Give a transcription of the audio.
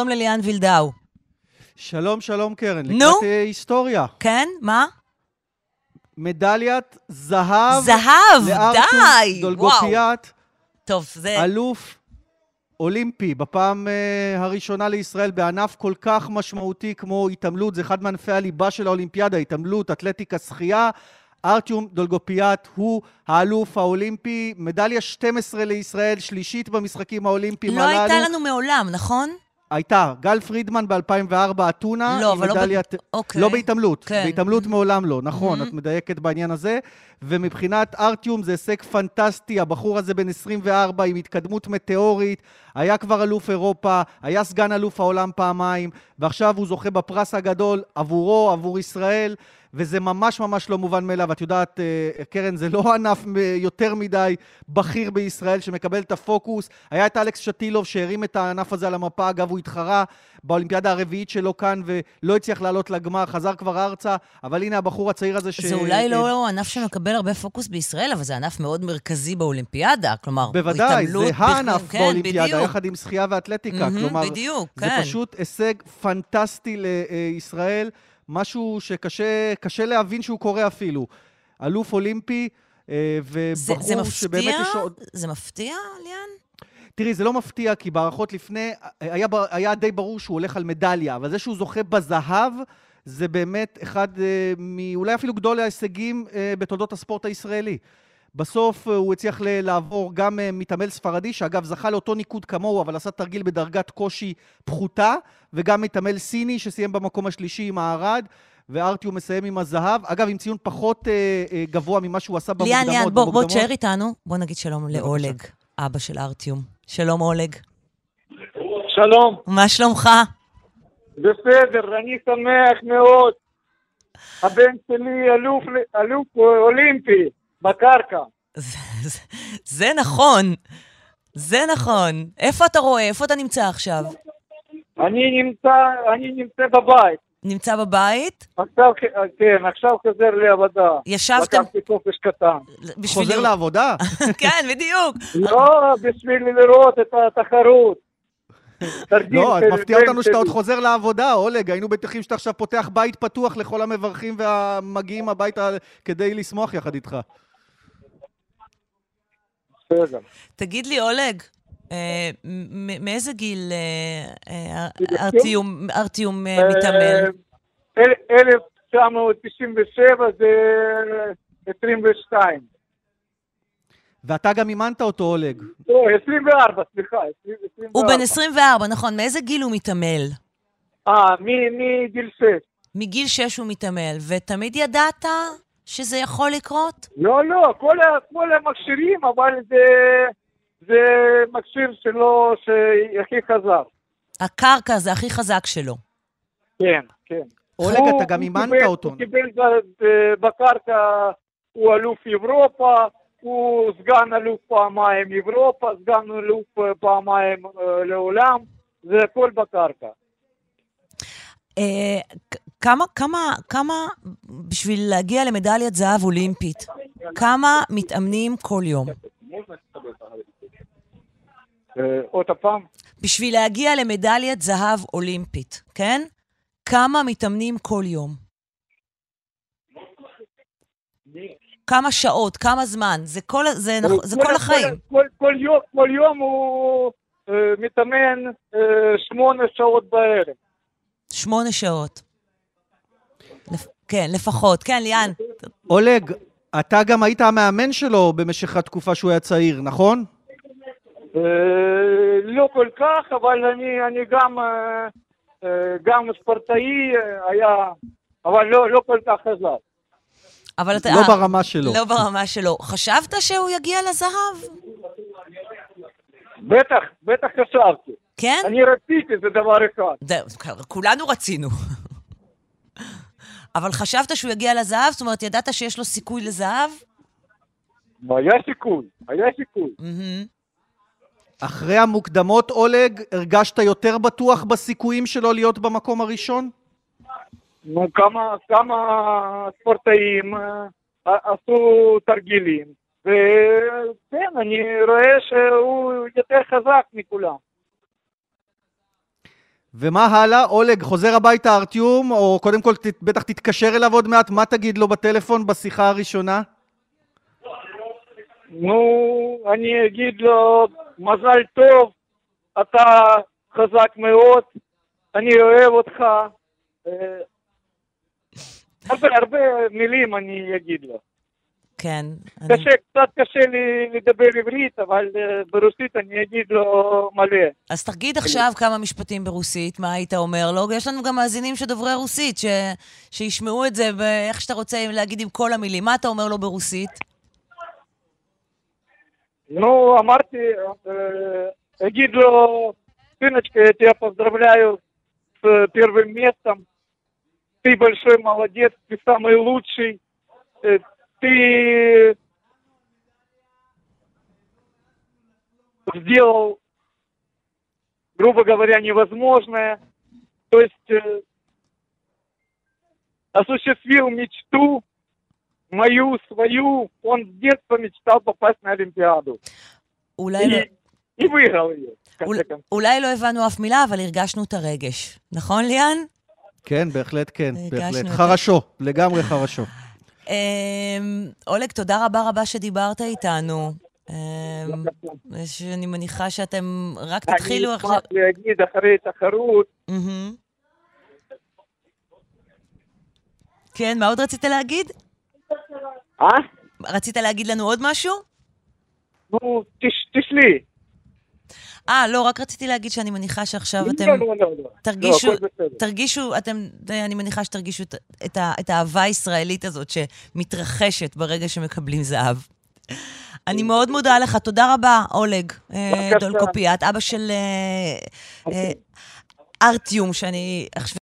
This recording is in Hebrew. שלום לליאן וילדאו. שלום, שלום, קרן. נו? לקראת אה, היסטוריה. כן? מה? מדליית זהב. זהב, לארתור די! אה. דולגופיאט, טוב, זה... אלוף אולימפי, בפעם אה, הראשונה לישראל בענף כל כך משמעותי כמו התעמלות, זה אחד מענפי הליבה של האולימפיאדה, התעמלות, אתלטיקה, שחייה. ארטיום דולגופיאט הוא האלוף האולימפי, מדליה 12 לישראל, שלישית במשחקים האולימפיים לא הללו. הייתה לנו מעולם, נכון? הייתה, גל פרידמן ב-2004, אתונה, לא, עם אבל לא ב- מדליית... אוקיי. לא בהתעמלות, כן. בהתעמלות מעולם לא, נכון, Mhm. את מדייקת בעניין הזה. ומבחינת ארטיום זה הישג פנטסטי, הבחור הזה בן 24 עם התקדמות מטאורית, היה כבר אלוף אירופה, היה סגן אלוף העולם פעמיים, ועכשיו הוא זוכה בפרס הגדול עבורו, עבור ישראל, וזה ממש ממש לא מובן מאליו. את יודעת, אה, קרן, זה לא ענף אה, יותר מדי בכיר בישראל שמקבל את הפוקוס. היה את אלכס שטילוב שהרים את הענף הזה על המפה, אגב, הוא התחרה באולימפיאדה הרביעית שלו כאן ולא הצליח לעלות לגמר, חזר כבר ארצה, אבל הנה הבחור הצעיר הזה ש... זה אולי אה, לא ענף שמקבל הרבה פוקוס בישראל, אבל זה ענף מאוד מרכזי באולימפיאדה. כלומר, בוודאי, זה התעמלות הענף בכלל- באולימפיאדה, כן, בדיוק. יחד עם שחייה ואתלטיקה. מהמם, כלומר, בדיוק, זה כן. פשוט הישג פנטסטי לישראל, משהו שקשה קשה להבין שהוא קורה אפילו. אלוף אולימפי, אה, זה, וברור זה מפתיע? שבאמת יש עוד... זה מפתיע, ליאן? תראי, זה לא מפתיע, כי בהערכות לפני היה, בר- היה די ברור שהוא הולך על מדליה, אבל זה שהוא זוכה בזהב, זה באמת אחד אה, מאולי אפילו גדול ההישגים אה, בתולדות הספורט הישראלי. בסוף אה, הוא הצליח ל- לעבור גם אה, מתעמל ספרדי, שאגב זכה לאותו ניקוד כמוהו, אבל עשה תרגיל בדרגת קושי פחותה, וגם מתעמל סיני שסיים במקום השלישי עם הערד. וארטיום מסיים עם הזהב, אגב, עם ציון פחות אה, אה, גבוה ממה שהוא עשה במוקדמות. ליאן, ליאן, בוא, בוא במוקדמות. תשאר איתנו. בוא נגיד שלום בבקשה. לאולג, אבא של ארטיום. שלום, אולג. שלום, מה שלומך? בסדר, אני שמח מאוד. הבן שלי אלוף, אלוף אה, אולימפי בקרקע. זה, זה, זה נכון. זה נכון. איפה אתה רואה? איפה אתה נמצא עכשיו? אני נמצא, אני נמצא בבית. נמצא בבית? עכשיו, כן, עכשיו חוזר לעבודה. ישבתם- לקחתי חופש קטן. בשביל חוזר לראות- לעבודה? כן, בדיוק. לא, בשביל לראות את התחרות. תרגיל לא, את של מפתיע בן אותנו שאתה עוד שלי. חוזר לעבודה, אולג. היינו בטוחים שאתה עכשיו פותח בית פתוח לכל המברכים והמגיעים הביתה כדי לשמוח יחד איתך. בסדר. תגיד לי, אולג, אה, מ- מ- מאיזה גיל אה, אה, בדיוק. ארטיום- ארטיום אה, מתעמל? אה, אל- 1997 זה אה, 22. ואתה גם אימנת אותו, אולג. לא, 24, סליחה. 24. הוא בן 24, נכון. מאיזה גיל הוא מתעמל? אה, מי- מגיל 6. מגיל 6 הוא מתעמל, ותמיד ידעת שזה יכול לקרות? לא, לא, כל, ה, כל המכשירים, אבל זה, זה מכשיר שלו שהכי חזר. הקרקע זה הכי חזק שלו. כן, כן. אולג, הוא- אתה גם הוא אימנת קיבל- אותו. הוא קיבל ב- ב- בקרקע, הוא אלוף אירופה, הוא סגן אלוף פעמיים אירופה, סגן אלוף אה, פעמיים אה, לעולם, זה הכל בקרקע. אה, כ- כמה, כמה, כמה, בשביל להגיע למדליית זהב אולימפית, כמה מתאמנים כל יום? אה, עוד פעם? בשביל להגיע למדליית זהב אולימפית, כן? כמה מתאמנים כל יום? כמה שעות, כמה זמן, זה כל, ה- זה, נכון- זה כל החיים. כל, כל, יום, כל יום הוא אה, מתאמן אה, שמונה שעות בערב. שמונה שעות. לפ- כן, לפחות. כן, ליאן, אולג, אתה גם היית המאמן שלו במשך התקופה שהוא היה צעיר, נכון? אה, לא כל כך, אבל אני, אני גם, אה, אה, גם ספורטאי אה, היה, אבל לא, לא כל כך חזק. אבל אתה... לא אה, ברמה שלו. לא ברמה שלו. חשבת שהוא יגיע לזהב? בטח, בטח חשבתי. כן? אני רציתי, זה דבר אחד. זהו, כולנו רצינו. אבל חשבת שהוא יגיע לזהב? זאת אומרת, ידעת שיש לו סיכוי לזהב? היה סיכוי, היה סיכוי. מהמם. אחרי המוקדמות, אולג, הרגשת יותר בטוח בסיכויים שלו להיות במקום הראשון? נו, כמה, כמה ספורטאים אה, а עשו תרגילים, וכן, אני э, רואה שהוא יותר חזק מכולם. ומה הלאה? אולג, חוזר הביתה ארטיום, או קודם כל ת- בטח תתקשר אליו עוד מעט, מה תגיד לו בטלפון בשיחה הראשונה? נו, אני אגיד לו, מזל טוב, אתה חזק מאוד, אני אוהב אותך. אה, הרבה, הרבה מילים אני אגיד לו. כן. אני- קשה, קצת קשה לי לדבר עברית, אבל אה, ברוסית אני אגיד לו מלא. אז תגיד עכשיו כמה משפטים ברוסית, מה היית אומר לו? יש לנו גם מאזינים שדוברי רוסית, ש... שישמעו את זה באיך שאתה רוצה להגיד עם כל המילים. מה אתה אומר לו ברוסית? Ну, а Марти, э, Эгидло, сыночка, я тебя поздравляю с э, первым местом. Ты большой молодец, ты самый лучший. Э, Ты сделал, грубо говоря, невозможное. То есть э, осуществил мечту мою, свою. Он с детства мечтал попасть на Олимпиаду. אולי לא, И, и выиграл ее. в конце אול... концов. אולי לא הבנו אף מילה, אבל הרגשנו את הרגש. נכון, ליאן? כן, בהחלט כן, הרגשנו בהחלט. את זה. חרשו, לגמרי חרשו. אמ, אולג, תודה רבה רבה שדיברת איתנו. אמ, יש- אני מניחה שאתם רק תתחילו אני עכשיו... אשמח להגיד אחרי תחרות, מהמם. כן, מה עוד רצית להגיד? אה? רצית להגיד לנו עוד משהו? נו, תש- תשלי. אה, לא, רק רציתי להגיד שאני מניחה שעכשיו אתם לא, לא, לא, לא. תרגישו, לא, הכל בסדר. תרגישו, אתם, אה, אני מניחה שתרגישו את- את ה- את האהבה הישראלית הזאת שמתרחשת ברגע שמקבלים זהב. אני מאוד מודה לך, תודה רבה, אולג אה, בבקשה. אוקיי. דולקופיאט, אבא של אה, אה, ארטיום, שאני עכשיו...